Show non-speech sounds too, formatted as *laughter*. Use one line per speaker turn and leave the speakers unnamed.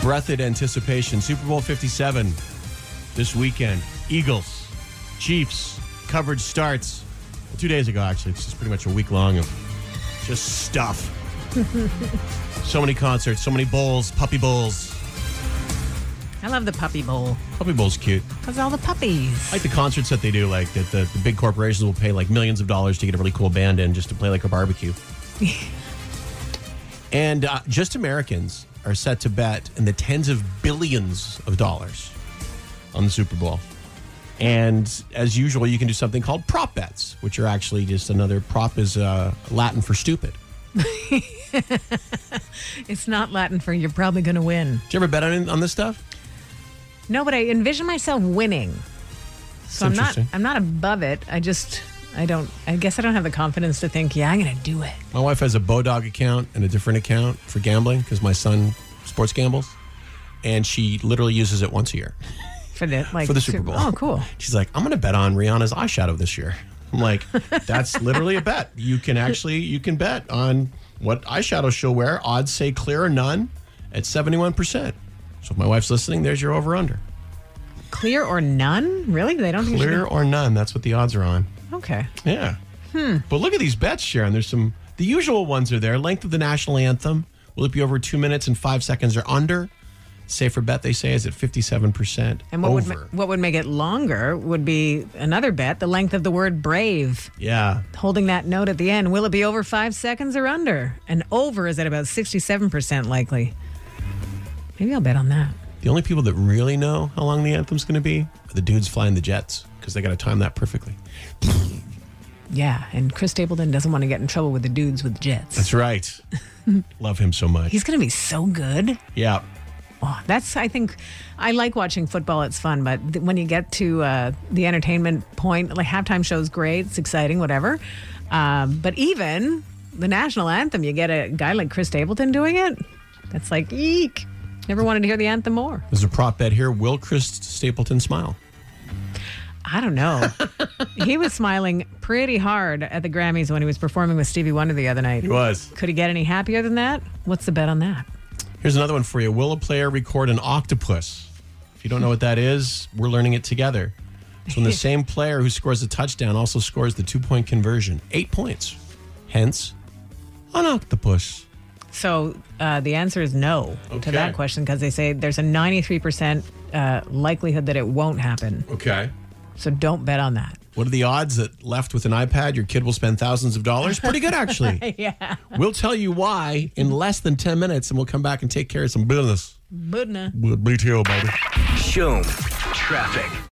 breath in anticipation. Super Bowl 57 this weekend. Eagles, Chiefs, coverage starts well, two days ago, actually. It's just pretty much a week long of just stuff. so many concerts, so many bowls, puppy bowls.
I love the puppy bowl
Puppy bowl's cute.
because all the puppies.
I like the concerts that they do, like that the, the big corporations will pay like millions of dollars to get a really cool band in just to play like a barbecue. and uh, just Americans are set to bet in the tens of billions of dollars on the Super Bowl. And as usual, you can do something called prop bets, which are actually just another prop is uh, Latin for stupid.
It's not Latin for you're probably going to win.
Did you ever bet on, on this stuff?
No, but I envision myself winning. So I'm not
interesting.
I'm not above it. I just I don't I guess I don't have the confidence to think, yeah, I'm going to do it.
My wife has a Bodog account and a different account for gambling because my son sports gambles, and she literally uses it once a year
For the like
for the Super Bowl.
Oh, cool.
*laughs* She's like, I'm gonna bet on Rihanna's eyeshadow this year. I'm
*laughs*
like, that's literally a bet. You can actually you can bet on what eyeshadow she'll wear. Odds say clear or none at 71. percent So if my wife's listening, there's your over under.
Clear or none? Really? They don't usually-
Clear or none. That's what the odds are on.
Okay.
Yeah.
Hmm.
But look at these bets, Sharon. There's some the usual ones are there. Length of the national anthem. Will it be over two minutes and five seconds or under? Safer bet they say is at fifty seven percent.
And what would
over.
ma- what would make it longer would be another bet, the length of the word brave.
yeah.
Holding that note at the end, will it be over 5 seconds or under? And over is at about 67% likely. Maybe I'll bet on that.
The only people that really know how long the anthem's gonna be are the dudes flying the jets, because they gotta time that perfectly.
Yeah, and Chris Stapleton doesn't want to get in trouble with the dudes with the jets.
That's right. *laughs* Love him so much.
He's going to be so good.
yeah.
Oh, that's, I think, I like watching football. It's fun. But th- when you get to uh, the entertainment point, like halftime show's great, it's exciting, whatever. Um, but even the national anthem, you get a guy like Chris Stapleton doing it. That's like, eek. Never wanted to hear the anthem more.
There's a prop bet here. Will Chris Stapleton smile?
I
*laughs*
don't know. he was smiling pretty hard at the Grammys when he was performing with Stevie Wonder the other night.
was.
Could he get any happier than that? What's the bet on that?
Here's another one for you. Will a player record an octopus? If you don't know what that is, we're learning it together. So when the same player who scores a touchdown also scores the two point conversion, eight points. Hence, an octopus.
So uh, the answer is no
Okay.
to that question because they say there's a 93% uh, likelihood that it won't happen.
Okay.
So don't bet on that. *laughs*
What are the odds that left with an iPad, your kid will spend thousands of dollars? Pretty good, actually.
Yeah.
we'll tell you why in less than 10 minutes, and we'll come back and take care of some business.
Budna.
We'll BTO, baby.
Shoom. Traffic.